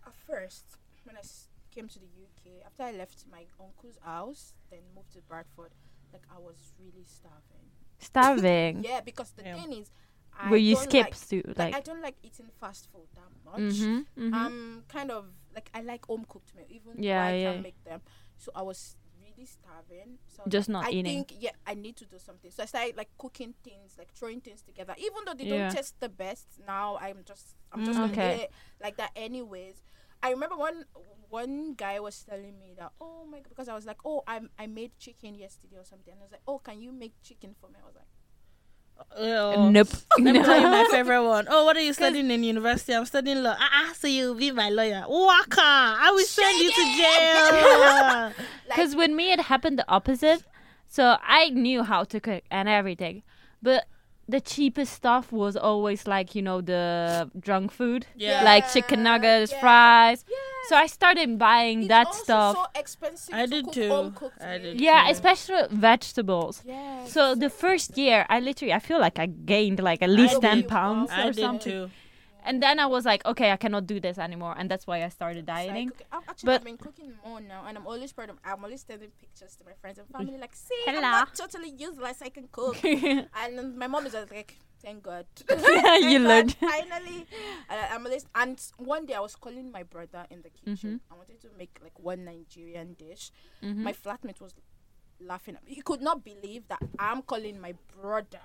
[SPEAKER 2] at first when I s- came to the UK after I left my uncle's house then moved to Bradford like I was really starving
[SPEAKER 3] Starving.
[SPEAKER 2] yeah because the
[SPEAKER 4] Yeah.
[SPEAKER 2] thing is I
[SPEAKER 3] Where you
[SPEAKER 2] don't
[SPEAKER 3] skip
[SPEAKER 2] like,
[SPEAKER 3] to
[SPEAKER 2] like, I
[SPEAKER 3] like.
[SPEAKER 2] don't like eating fast food that much Um,
[SPEAKER 3] Mhm, mhm.
[SPEAKER 2] I'm kind of like I like home cooked meal even yeah,
[SPEAKER 3] Yeah,
[SPEAKER 2] I
[SPEAKER 3] yeah.
[SPEAKER 2] can't make them so I was really starving so I was
[SPEAKER 3] Just
[SPEAKER 2] like,
[SPEAKER 3] not
[SPEAKER 2] I
[SPEAKER 3] eating.
[SPEAKER 2] think yeah I need to do something so I started like cooking things like throwing things together even though they
[SPEAKER 3] Yeah. Mm.
[SPEAKER 2] don't taste the best now I'm just I'm just gonna
[SPEAKER 3] Okay.
[SPEAKER 2] eat it like that anyways I remember one one guy was telling me that oh my god because I was like oh I I made chicken yesterday or something and I was like oh can you make chicken for me I was like
[SPEAKER 4] Yeah.
[SPEAKER 3] Nope.
[SPEAKER 4] Let me tell you
[SPEAKER 3] No.
[SPEAKER 4] my favorite one. Oh, what are you studying in university? I'm studying law. Ah, ah, so you'll be my lawyer. Waka! I will send you to jail.
[SPEAKER 3] Because with me, it happened the opposite. So I knew how to cook and everything. But the cheapest stuff was always like, you know, the drunk food.
[SPEAKER 4] Yeah.
[SPEAKER 3] Like chicken nuggets,
[SPEAKER 2] Yeah.
[SPEAKER 3] fries.
[SPEAKER 2] yeah
[SPEAKER 3] So I started buying
[SPEAKER 2] It's
[SPEAKER 3] that
[SPEAKER 2] also
[SPEAKER 3] stuff.
[SPEAKER 2] so expensive
[SPEAKER 4] I
[SPEAKER 2] to
[SPEAKER 4] did
[SPEAKER 2] cook
[SPEAKER 4] too.
[SPEAKER 2] home cooked
[SPEAKER 4] I
[SPEAKER 2] meal.
[SPEAKER 4] did
[SPEAKER 3] yeah,
[SPEAKER 4] Yeah.
[SPEAKER 3] especially vegetables.
[SPEAKER 2] yeah
[SPEAKER 3] So the first year, I literally, I feel like I gained like at least
[SPEAKER 2] did.
[SPEAKER 3] 10 pounds
[SPEAKER 2] I
[SPEAKER 3] or
[SPEAKER 4] I did
[SPEAKER 3] something.
[SPEAKER 4] too.
[SPEAKER 3] And then I was like, okay, I cannot do this anymore. And that's why I started
[SPEAKER 2] So I
[SPEAKER 3] dieting.
[SPEAKER 2] cook- I've actually
[SPEAKER 3] But-
[SPEAKER 2] I've been cooking more now, and I'm always proud of. I'm always sending pictures to my friends and family, like, "See,
[SPEAKER 3] Hello.
[SPEAKER 2] I'm not totally useless. I can cook." and then my mom is just like, "Thank God,
[SPEAKER 3] You
[SPEAKER 2] God,
[SPEAKER 3] learned.
[SPEAKER 2] finally." And I'm always. And one day I was calling my brother in the kitchen. I
[SPEAKER 3] Mm-hmm.
[SPEAKER 2] wanted to make like one Nigerian dish. My flatmate was laughing at me. He could not believe that I'm calling my brother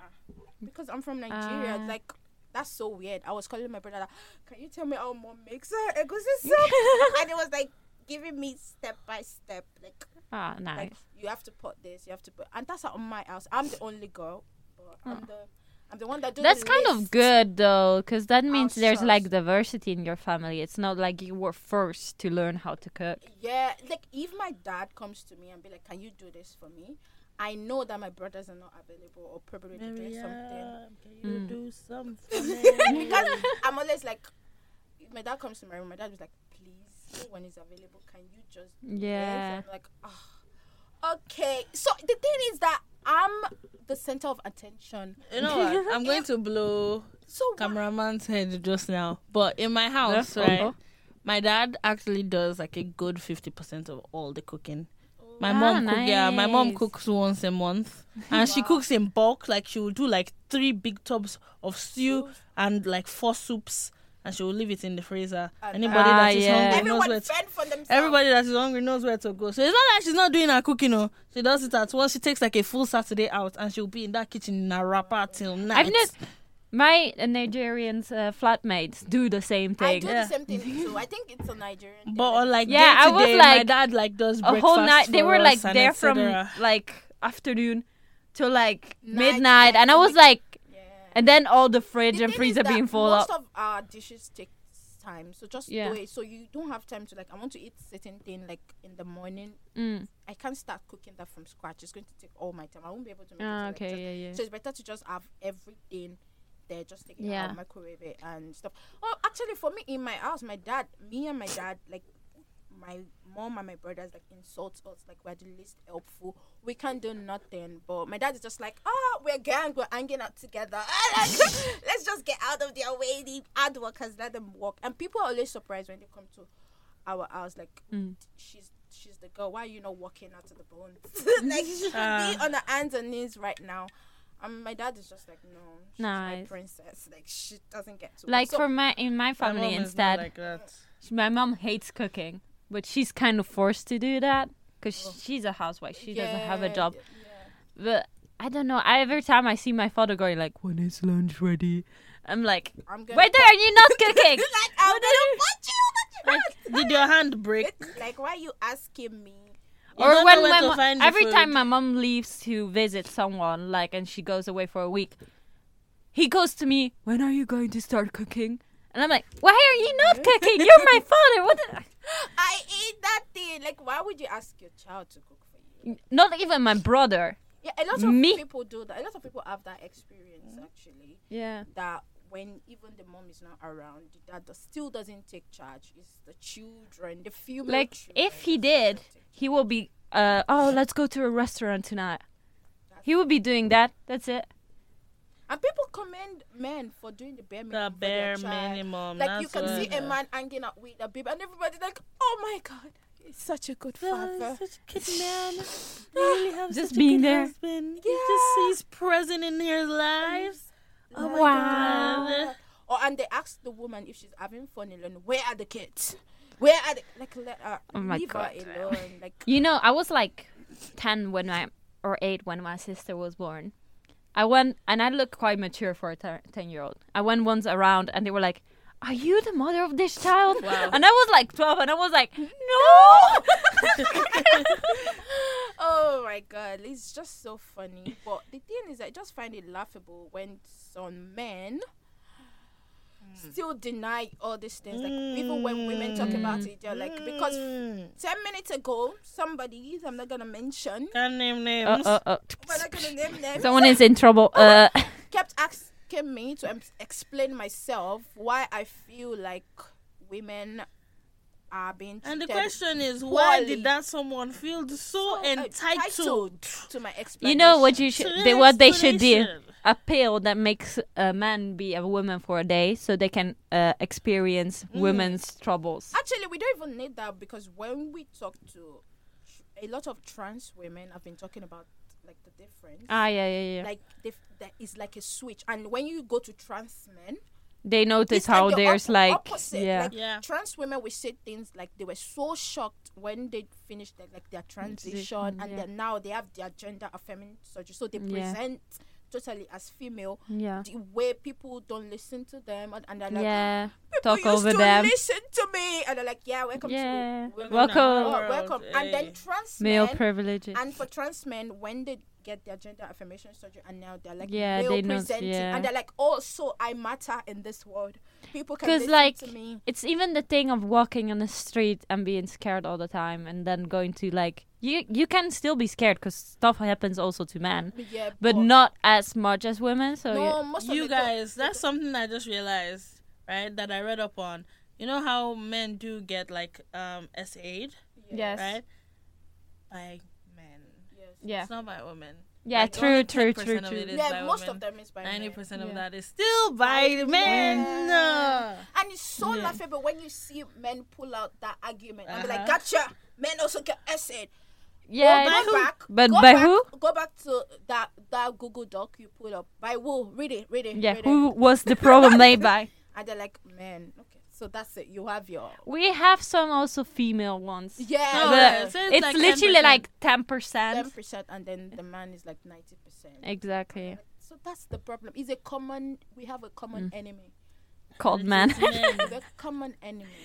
[SPEAKER 2] because I'm from Nigeria.
[SPEAKER 3] Ah.
[SPEAKER 2] like. That's so weird. I was calling my brother. Like, Can you tell me how mom makes her egusi soup? and it was like giving me step by step, like
[SPEAKER 3] Ah, nice.
[SPEAKER 2] like you have to put this, you have to put, and that's at my house. I'm the only girl, but I'm the I'm the one that do
[SPEAKER 3] Mm. That's
[SPEAKER 2] the
[SPEAKER 3] kind of
[SPEAKER 2] list.
[SPEAKER 3] good though, because that means there's
[SPEAKER 2] Outsource.
[SPEAKER 3] like diversity in your family. It's not like you were forced to learn how to cook.
[SPEAKER 2] Yeah, like if my dad comes to me and be like, "Can you do this for me?" I know that my brothers are not available or probably doing something
[SPEAKER 4] can you do something?
[SPEAKER 2] because I'm always like, if my dad comes to my room, my dad was like, "Please, when he's available, can you just
[SPEAKER 3] Yeah.
[SPEAKER 2] Yes, I'm like, "Ah, okay. So the thing is that I'm the center of attention.
[SPEAKER 4] You know what? I'm going to blow
[SPEAKER 2] So why-
[SPEAKER 4] cameraman's head just now. But in my house,
[SPEAKER 3] That's Oh.
[SPEAKER 4] right?
[SPEAKER 3] all.
[SPEAKER 4] My dad actually does like a good fifty percent of all the cooking. My
[SPEAKER 3] Ah,
[SPEAKER 4] mom, cook, yeah, my mom
[SPEAKER 3] nice.
[SPEAKER 4] cooks once a month, and she cooks in bulk. Like she will do like three big tubs of stew and like four soups, and she will leave it in the freezer. Anybody
[SPEAKER 3] Ah,
[SPEAKER 4] that is
[SPEAKER 3] yeah.
[SPEAKER 4] hungry knows
[SPEAKER 2] everyone
[SPEAKER 4] where. To,
[SPEAKER 2] fend for themselves.
[SPEAKER 4] everybody that is hungry knows where to go. So it's not like she's not doing her cooking. Oh, she does it at once. She takes like a full Saturday out, and she'll be in that kitchen in a wrapper till night.
[SPEAKER 3] I've not. My uh, Nigerian uh, flatmates do the same
[SPEAKER 2] I
[SPEAKER 3] thing.
[SPEAKER 2] do
[SPEAKER 4] Yeah.
[SPEAKER 2] the same thing too. I think it's a Nigerian. Thing.
[SPEAKER 4] But on, like
[SPEAKER 3] Yeah,
[SPEAKER 4] yeah,
[SPEAKER 3] I
[SPEAKER 4] day to
[SPEAKER 3] was
[SPEAKER 4] day, my
[SPEAKER 3] like,
[SPEAKER 4] dad like does
[SPEAKER 3] A
[SPEAKER 4] breakfast
[SPEAKER 3] whole night. They
[SPEAKER 4] for
[SPEAKER 3] were like
[SPEAKER 4] us and
[SPEAKER 3] there
[SPEAKER 4] et
[SPEAKER 3] from
[SPEAKER 4] cetera.
[SPEAKER 3] like afternoon till like
[SPEAKER 2] Night,
[SPEAKER 3] midnight,
[SPEAKER 2] yeah,
[SPEAKER 3] and I
[SPEAKER 2] and
[SPEAKER 3] was
[SPEAKER 2] we-
[SPEAKER 3] like,
[SPEAKER 2] yeah.
[SPEAKER 3] and then all the fridge
[SPEAKER 2] The
[SPEAKER 3] and
[SPEAKER 2] thing
[SPEAKER 3] freezer
[SPEAKER 2] is that
[SPEAKER 3] being full
[SPEAKER 2] Most
[SPEAKER 3] up.
[SPEAKER 2] of our dishes take time, so just
[SPEAKER 3] Yeah.
[SPEAKER 2] do it. So you don't have time to like. I want to eat certain thing like in the morning.
[SPEAKER 3] Mm.
[SPEAKER 2] I can't start cooking that from scratch. It's going to take all my time. I won't be able to make it. till,
[SPEAKER 3] Ah, okay,
[SPEAKER 2] Like, just-
[SPEAKER 3] yeah, yeah.
[SPEAKER 2] So it's better to just have everything there, just take it
[SPEAKER 3] Yeah.
[SPEAKER 2] out, microwave it and stuff. Oh, actually, for me in my house, my dad, me and my dad, like my mom and my brothers, like insult us, like we're the least helpful. We can't do nothing. But my dad is just like, oh, we're gang, we're hanging out together. Let's just get out of their way. The hard workers, let them work. And people are always surprised when they come to our house, like
[SPEAKER 3] Mm.
[SPEAKER 2] she's she's
[SPEAKER 3] Uh.
[SPEAKER 2] the girl. Why are you not walking out of the bones? like she should be on her hands and knees right now. Um, my dad is just like, no, she's my
[SPEAKER 3] Nice.
[SPEAKER 2] princess. Like she doesn't get to
[SPEAKER 3] Like
[SPEAKER 2] So-
[SPEAKER 3] for my in my
[SPEAKER 4] My
[SPEAKER 3] family
[SPEAKER 4] mom is
[SPEAKER 3] instead,
[SPEAKER 4] not like that.
[SPEAKER 3] sh- my mom hates cooking, but she's kind of forced to do that because she's a housewife. She doesn't have a
[SPEAKER 2] Yeah,
[SPEAKER 3] job.
[SPEAKER 2] yeah.
[SPEAKER 3] But I don't know. I- Every time I see my father going like, "When is lunch ready?" I'm like,
[SPEAKER 2] I'm gonna.
[SPEAKER 3] "Wait there, you're not cooking."
[SPEAKER 2] Like, I'm gonna punch you. Punch you.
[SPEAKER 4] Did your hand break?
[SPEAKER 2] It's like why you asking me?
[SPEAKER 4] You
[SPEAKER 3] or
[SPEAKER 4] don't
[SPEAKER 3] when
[SPEAKER 4] know where
[SPEAKER 3] my
[SPEAKER 4] to
[SPEAKER 3] mom,
[SPEAKER 4] find the
[SPEAKER 3] every
[SPEAKER 4] food.
[SPEAKER 3] time my mom leaves to visit someone, like, and she goes away for a week, he goes to me, "When are you going to start cooking?" And I'm like, "Why are you not cooking? You're my father. What? the-"
[SPEAKER 2] I eat that thing. Like why would you ask your child to cook for you?
[SPEAKER 3] Not even my brother."
[SPEAKER 2] Yeah, a lot of
[SPEAKER 3] Me- Mm.
[SPEAKER 2] people do that. A lot of people have that experience actually.
[SPEAKER 3] Yeah.
[SPEAKER 2] That when even the mom is not around, the dad does- still doesn't take charge. It's the children, the few
[SPEAKER 3] Like, if he did, he will be. Uh, oh, let's go to a restaurant tonight. He will be doing that. That's it.
[SPEAKER 2] And people commend men for doing the bare minimum.
[SPEAKER 4] The
[SPEAKER 2] for their
[SPEAKER 4] bare
[SPEAKER 2] child.
[SPEAKER 4] minimum.
[SPEAKER 2] Like you
[SPEAKER 4] that's
[SPEAKER 2] can see
[SPEAKER 4] what-
[SPEAKER 2] a man hanging out with a baby, and everybody's like, "Oh my god, he's such a good father."
[SPEAKER 4] such a good man. really have
[SPEAKER 3] Just being there.
[SPEAKER 4] husband. He just he's present in their lives. Oh my
[SPEAKER 3] Wow.
[SPEAKER 4] God.
[SPEAKER 2] Or and they ask the woman if she's having fun alone. Where are the kids? Where are the like? Let her
[SPEAKER 3] Oh my
[SPEAKER 2] leave
[SPEAKER 3] God.
[SPEAKER 2] her alone. Like
[SPEAKER 3] You know, I was like 10 when my or 8 when my sister was born. I went and I looked quite mature for a 10 year old. I went once around and they were like, Are you the mother of this child? And I was like 12 and I was like, No!
[SPEAKER 2] oh my god, it's just so funny. But the thing is, I just find it laughable when some men
[SPEAKER 3] Hmm.
[SPEAKER 2] still deny all these things. Like even when women talk about it, they're like, because
[SPEAKER 3] Hmm.
[SPEAKER 2] ten minutes ago, somebody I'm not gonna mention,
[SPEAKER 4] Can't name
[SPEAKER 3] Uh,
[SPEAKER 4] names.
[SPEAKER 3] uh, uh.
[SPEAKER 2] we're not gonna name them,
[SPEAKER 3] Someone is in trouble. Uh,
[SPEAKER 2] kept asking me to em- explain myself why I feel like women are being
[SPEAKER 4] and the
[SPEAKER 2] treated
[SPEAKER 4] question is, why
[SPEAKER 2] poorly.
[SPEAKER 4] did that someone feel
[SPEAKER 2] uh,
[SPEAKER 4] so, entitled?
[SPEAKER 2] entitled to my explanation.
[SPEAKER 3] you know what you should,
[SPEAKER 4] To
[SPEAKER 3] they,
[SPEAKER 4] an
[SPEAKER 3] what they should do?
[SPEAKER 4] explanation.
[SPEAKER 3] A pill that makes a man be a woman for a day, so they can uh, experience
[SPEAKER 2] Mm.
[SPEAKER 3] women's troubles.
[SPEAKER 2] Actually, we don't even need that because when we talk to tr- a lot of trans women, I've been talking about like the difference.
[SPEAKER 3] Ah, yeah, yeah, yeah.
[SPEAKER 2] like they, that is like a switch, and when you go to trans men,
[SPEAKER 3] they notice
[SPEAKER 2] it's like
[SPEAKER 3] how
[SPEAKER 2] the
[SPEAKER 3] there's
[SPEAKER 2] oppo-
[SPEAKER 3] like
[SPEAKER 2] opposite.
[SPEAKER 3] yeah
[SPEAKER 2] Like,
[SPEAKER 4] Yeah.
[SPEAKER 2] trans women will say things like they were so shocked when they finished their, like their transition,
[SPEAKER 3] Transition,
[SPEAKER 2] and
[SPEAKER 3] yeah.
[SPEAKER 2] then now they have their gender affirming surgery, so they
[SPEAKER 3] Yeah.
[SPEAKER 2] present totally as female.
[SPEAKER 3] yeah
[SPEAKER 2] The way people don't listen to them, and, and they're like,
[SPEAKER 3] yeah
[SPEAKER 2] people
[SPEAKER 3] talk
[SPEAKER 2] used
[SPEAKER 3] over
[SPEAKER 2] to
[SPEAKER 3] them
[SPEAKER 2] Listen to me, and they're like, "Yeah, welcome
[SPEAKER 3] Yeah.
[SPEAKER 2] to women
[SPEAKER 3] Welcome.
[SPEAKER 2] Oh, welcome." And
[SPEAKER 4] Hey.
[SPEAKER 2] then trans
[SPEAKER 3] male
[SPEAKER 2] men,
[SPEAKER 3] privileges
[SPEAKER 2] and for trans men, when they get their gender affirmation surgery, and now they're like,
[SPEAKER 3] Yeah,
[SPEAKER 2] male
[SPEAKER 3] they know-
[SPEAKER 2] presenting,
[SPEAKER 3] yeah.
[SPEAKER 2] and they're like, "Oh, so I matter in this world. People can
[SPEAKER 3] 'Cause,
[SPEAKER 2] listen
[SPEAKER 3] like,
[SPEAKER 2] to me."
[SPEAKER 3] it's even the thing of walking on the street and being scared all the time and then going to like you you can still be scared because stuff happens also to men
[SPEAKER 2] Yeah,
[SPEAKER 3] but not as much as women so
[SPEAKER 2] No,
[SPEAKER 3] yeah.
[SPEAKER 2] most of
[SPEAKER 4] you
[SPEAKER 2] the time-
[SPEAKER 4] guys, that's something I just realized, right? That I read up on. You know how men do get like um S aid,
[SPEAKER 3] yes
[SPEAKER 4] right? By men.
[SPEAKER 2] Yes.
[SPEAKER 3] yeah
[SPEAKER 4] It's not by women.
[SPEAKER 3] yeah
[SPEAKER 4] Like,
[SPEAKER 3] true
[SPEAKER 4] only
[SPEAKER 3] true
[SPEAKER 4] 10%
[SPEAKER 3] true
[SPEAKER 4] of
[SPEAKER 3] true
[SPEAKER 4] it is
[SPEAKER 2] Yeah,
[SPEAKER 4] by
[SPEAKER 2] most
[SPEAKER 4] women.
[SPEAKER 2] of them is by
[SPEAKER 4] Ninety
[SPEAKER 2] men.
[SPEAKER 4] percent of
[SPEAKER 3] Yeah.
[SPEAKER 4] that is still by men.
[SPEAKER 2] Yeah. And it's so
[SPEAKER 4] Yeah.
[SPEAKER 2] laughable when you see men pull out that argument and be like,
[SPEAKER 4] Uh-huh.
[SPEAKER 2] "Gotcha." Men also get essayed.
[SPEAKER 3] yeah
[SPEAKER 2] Go
[SPEAKER 3] it's-
[SPEAKER 2] back- back,
[SPEAKER 3] but
[SPEAKER 2] go
[SPEAKER 3] by
[SPEAKER 2] back-
[SPEAKER 3] who
[SPEAKER 2] Go back to that that Google Doc you pull up. By who? Read it. Read it.
[SPEAKER 3] yeah
[SPEAKER 2] Read
[SPEAKER 3] who
[SPEAKER 2] It.
[SPEAKER 3] was the problem made by
[SPEAKER 2] And they're like, man, okay. So that's it. You have your
[SPEAKER 3] we have some also female ones
[SPEAKER 2] yeah.
[SPEAKER 4] No,
[SPEAKER 3] but
[SPEAKER 4] yeah, so it's
[SPEAKER 3] it's
[SPEAKER 4] like
[SPEAKER 3] literally
[SPEAKER 4] 10%.
[SPEAKER 3] like 10%
[SPEAKER 2] Ten percent, and then the man is like ninety percent.
[SPEAKER 3] exactly
[SPEAKER 2] So that's the problem. It's a common. We have a
[SPEAKER 3] Mm.
[SPEAKER 2] common enemy.
[SPEAKER 3] called man
[SPEAKER 4] Men.
[SPEAKER 2] The common enemy.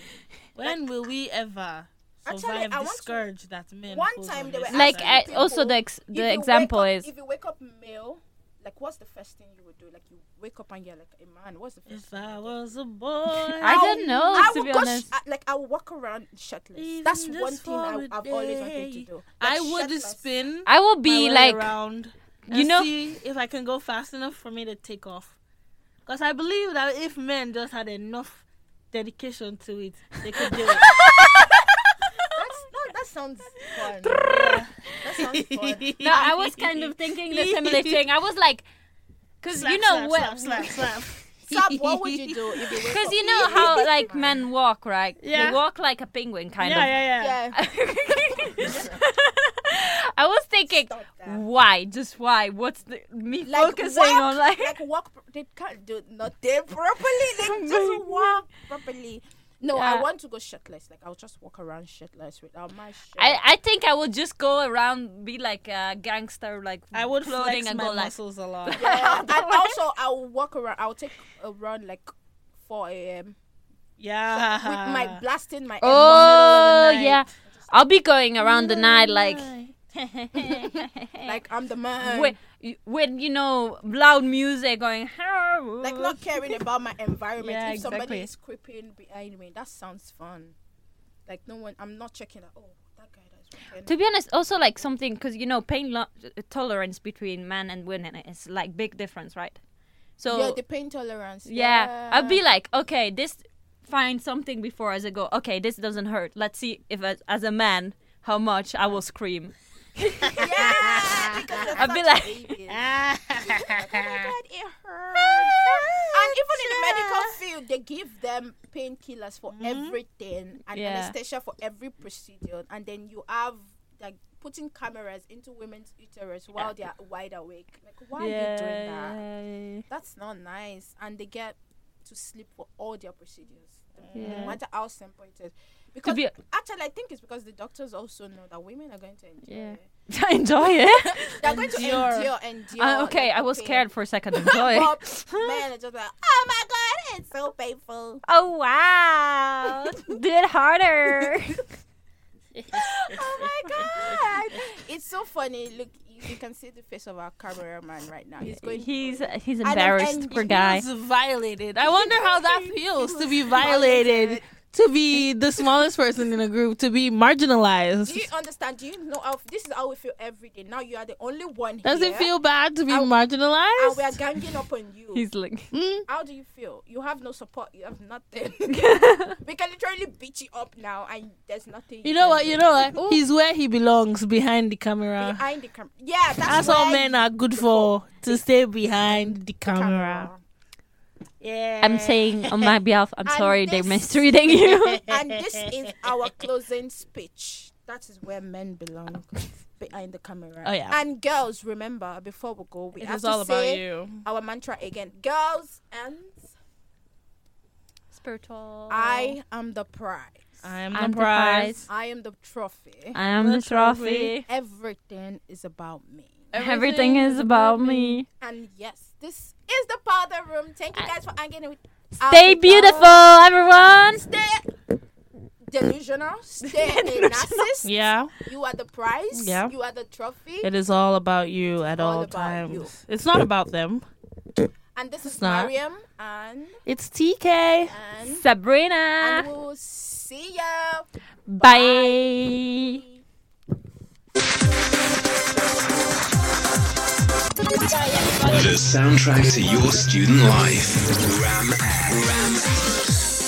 [SPEAKER 4] when will we ever
[SPEAKER 2] Actually,
[SPEAKER 4] survive
[SPEAKER 2] I
[SPEAKER 4] the
[SPEAKER 2] want to-
[SPEAKER 4] scourge that men?
[SPEAKER 2] One
[SPEAKER 4] pose
[SPEAKER 2] time
[SPEAKER 4] on
[SPEAKER 2] they were
[SPEAKER 4] us?
[SPEAKER 3] like
[SPEAKER 2] Absolutely.
[SPEAKER 3] I, also the ex-
[SPEAKER 2] If you
[SPEAKER 3] the
[SPEAKER 2] wake
[SPEAKER 3] example
[SPEAKER 2] up-
[SPEAKER 3] is
[SPEAKER 2] if you wake up male, like what's the first thing you would do? Like you wake up and you're like a man. What's the first?
[SPEAKER 4] If I was a boy,
[SPEAKER 3] I don't know
[SPEAKER 2] I
[SPEAKER 3] to
[SPEAKER 2] would
[SPEAKER 3] be
[SPEAKER 2] go sh-
[SPEAKER 3] honest.
[SPEAKER 2] I- like I would walk around shirtless.
[SPEAKER 4] Even
[SPEAKER 2] That's
[SPEAKER 4] this
[SPEAKER 2] one thing I,
[SPEAKER 4] horrid
[SPEAKER 2] I've always wanted to
[SPEAKER 4] day,
[SPEAKER 2] do. Like
[SPEAKER 4] I would
[SPEAKER 2] shirtless.
[SPEAKER 4] spin.
[SPEAKER 3] I will
[SPEAKER 4] my
[SPEAKER 3] be
[SPEAKER 4] way
[SPEAKER 3] like
[SPEAKER 4] around
[SPEAKER 3] you
[SPEAKER 4] and
[SPEAKER 3] know-
[SPEAKER 4] see if I can go fast enough for me to take off. Because I believe that if men just had enough dedication to it, they could do it.
[SPEAKER 2] That's, no, that sounds fun. Yeah, that sounds fun.
[SPEAKER 3] no. I was kind of thinking the similar thing. I was like, because you know
[SPEAKER 4] slap,
[SPEAKER 3] what,
[SPEAKER 4] Slap, slap, slap.
[SPEAKER 2] Sab, what would you do if you wake
[SPEAKER 3] because
[SPEAKER 2] up-
[SPEAKER 3] you know how like men walk, right?
[SPEAKER 4] Yeah.
[SPEAKER 3] They walk like a penguin, kind
[SPEAKER 4] Yeah,
[SPEAKER 3] of.
[SPEAKER 4] yeah, yeah.
[SPEAKER 2] Yeah.
[SPEAKER 3] I I was thinking,
[SPEAKER 2] Stop that.
[SPEAKER 3] why? Just why? What's the, me
[SPEAKER 2] Like
[SPEAKER 3] focusing
[SPEAKER 2] walk,
[SPEAKER 3] on like?
[SPEAKER 2] like walk. pr- They can't do not they properly. They just walk properly. No, I
[SPEAKER 3] Yeah.
[SPEAKER 2] want to go shirtless. Like I'll just walk around shirtless without my shirt.
[SPEAKER 3] I, I think I would just go around be like a gangster, like
[SPEAKER 4] I would
[SPEAKER 3] clothing
[SPEAKER 4] flex
[SPEAKER 3] and
[SPEAKER 4] my
[SPEAKER 3] go like
[SPEAKER 4] muscles a lot.
[SPEAKER 2] Yeah, and also I'll walk around. I'll take a run like 4 a.m.
[SPEAKER 4] Yeah.
[SPEAKER 2] with my blasting my.
[SPEAKER 3] Uh-huh. Oh
[SPEAKER 4] night.
[SPEAKER 3] yeah, I'll be going around the night like
[SPEAKER 2] M- like I'm the man.
[SPEAKER 3] with, with you know loud music going.
[SPEAKER 2] Like not caring about my environment.
[SPEAKER 3] Yeah,
[SPEAKER 2] if somebody
[SPEAKER 3] exactly.
[SPEAKER 2] is creeping behind me, that sounds fun. Like no one. I'm not checking. That, oh, that guy that's walking.
[SPEAKER 3] To be honest, also like something because you know pain lo- tolerance between men and women is like big difference, right? So
[SPEAKER 2] yeah, the pain tolerance.
[SPEAKER 3] Yeah. I'd be
[SPEAKER 2] yeah.
[SPEAKER 3] like, okay, this find something before as I go. Okay, this doesn't hurt. Let's see if as, as a man how much I will scream.
[SPEAKER 2] Yeah, Ah, because you're
[SPEAKER 3] I'd be
[SPEAKER 2] such a
[SPEAKER 3] like-
[SPEAKER 2] baby. oh my
[SPEAKER 4] yeah.
[SPEAKER 2] god, it hurts. and even in the medical field, they give them painkillers for everything and
[SPEAKER 3] Mm-hmm. Yeah.
[SPEAKER 2] anesthesia for every procedure, and then you have like putting cameras into women's uterus while they are wide awake. Like, why are you doing that? That's not nice. And they get to sleep for all their procedures, no matter how simple it is. Because
[SPEAKER 3] be-
[SPEAKER 2] actually, I think it's because the doctors also know that women are going to endure.
[SPEAKER 3] Yeah.
[SPEAKER 2] it.
[SPEAKER 3] I enjoy it.
[SPEAKER 2] They're going
[SPEAKER 4] Endure.
[SPEAKER 2] to endure, endure.
[SPEAKER 3] Uh, okay,
[SPEAKER 2] like,
[SPEAKER 3] I was
[SPEAKER 2] pain.
[SPEAKER 3] scared for a second. Enjoy.
[SPEAKER 2] But man, it's just like, oh my god, it's so painful.
[SPEAKER 3] oh wow, do it harder.
[SPEAKER 2] Oh my god, it's so funny. Look, you, you can see the face of our cameraman right now. He's going.
[SPEAKER 3] he's
[SPEAKER 2] through it.
[SPEAKER 3] he's
[SPEAKER 2] don't
[SPEAKER 3] embarrassed.
[SPEAKER 2] end-
[SPEAKER 3] Poor guy.
[SPEAKER 4] was violated. I wonder how that feels to be violated, to be the smallest person in a group, to be marginalized.
[SPEAKER 2] Do you understand? Do you know how this is how we feel every day? Now you are the only one
[SPEAKER 4] Does
[SPEAKER 2] here.
[SPEAKER 4] it feel bad to be
[SPEAKER 2] I'll- And we are
[SPEAKER 4] marginalized?
[SPEAKER 2] ganging up on you.
[SPEAKER 3] He's like,
[SPEAKER 4] Mm.
[SPEAKER 2] how do you feel? You have no support. You have nothing. we can literally beat you up now, and there's nothing.
[SPEAKER 4] You know
[SPEAKER 2] can
[SPEAKER 4] what?
[SPEAKER 2] do.
[SPEAKER 4] You know what? He's where he belongs, behind the camera.
[SPEAKER 2] behind the camera. Yeah, that's,
[SPEAKER 4] That's all
[SPEAKER 2] where
[SPEAKER 4] men are good for, to stay behind the
[SPEAKER 2] you-
[SPEAKER 4] camera. Yeah.
[SPEAKER 3] I'm saying on my behalf, I'm
[SPEAKER 2] And
[SPEAKER 3] sorry they're
[SPEAKER 2] this-
[SPEAKER 3] mistreating you.
[SPEAKER 2] and this is our closing speech. That is where men belong behind the camera.
[SPEAKER 4] Oh, yeah.
[SPEAKER 2] And girls, remember before we go, we
[SPEAKER 4] It
[SPEAKER 2] have
[SPEAKER 4] is
[SPEAKER 2] to
[SPEAKER 4] all about
[SPEAKER 2] say
[SPEAKER 4] you.
[SPEAKER 2] our mantra again. Girls and
[SPEAKER 3] Spiritual.
[SPEAKER 2] I am the prize.
[SPEAKER 4] I'm,
[SPEAKER 3] I'm
[SPEAKER 4] the prize.
[SPEAKER 3] surprised.
[SPEAKER 2] I am the trophy.
[SPEAKER 3] I am the
[SPEAKER 4] The trophy.
[SPEAKER 3] trophy.
[SPEAKER 2] Everything is about me.
[SPEAKER 3] Everything is about me.
[SPEAKER 2] And yes, this is the powder room. Thank you guys for hanging with.
[SPEAKER 3] Stay
[SPEAKER 2] Africa.
[SPEAKER 3] beautiful, everyone.
[SPEAKER 2] Stay delusional. Stay a narcissist.
[SPEAKER 4] Yeah,
[SPEAKER 2] You are the prize.
[SPEAKER 4] Yeah.
[SPEAKER 2] You are the trophy.
[SPEAKER 4] it is all about you at
[SPEAKER 2] all
[SPEAKER 4] all
[SPEAKER 2] about
[SPEAKER 4] times.
[SPEAKER 2] you.
[SPEAKER 4] It's not about them.
[SPEAKER 2] And this is
[SPEAKER 4] not.
[SPEAKER 2] Mariam and
[SPEAKER 4] It's TK.
[SPEAKER 2] and and
[SPEAKER 3] Sabrina.
[SPEAKER 2] we'll see ya.
[SPEAKER 3] Bye.
[SPEAKER 1] The soundtrack to your student life. Ram Air. Ram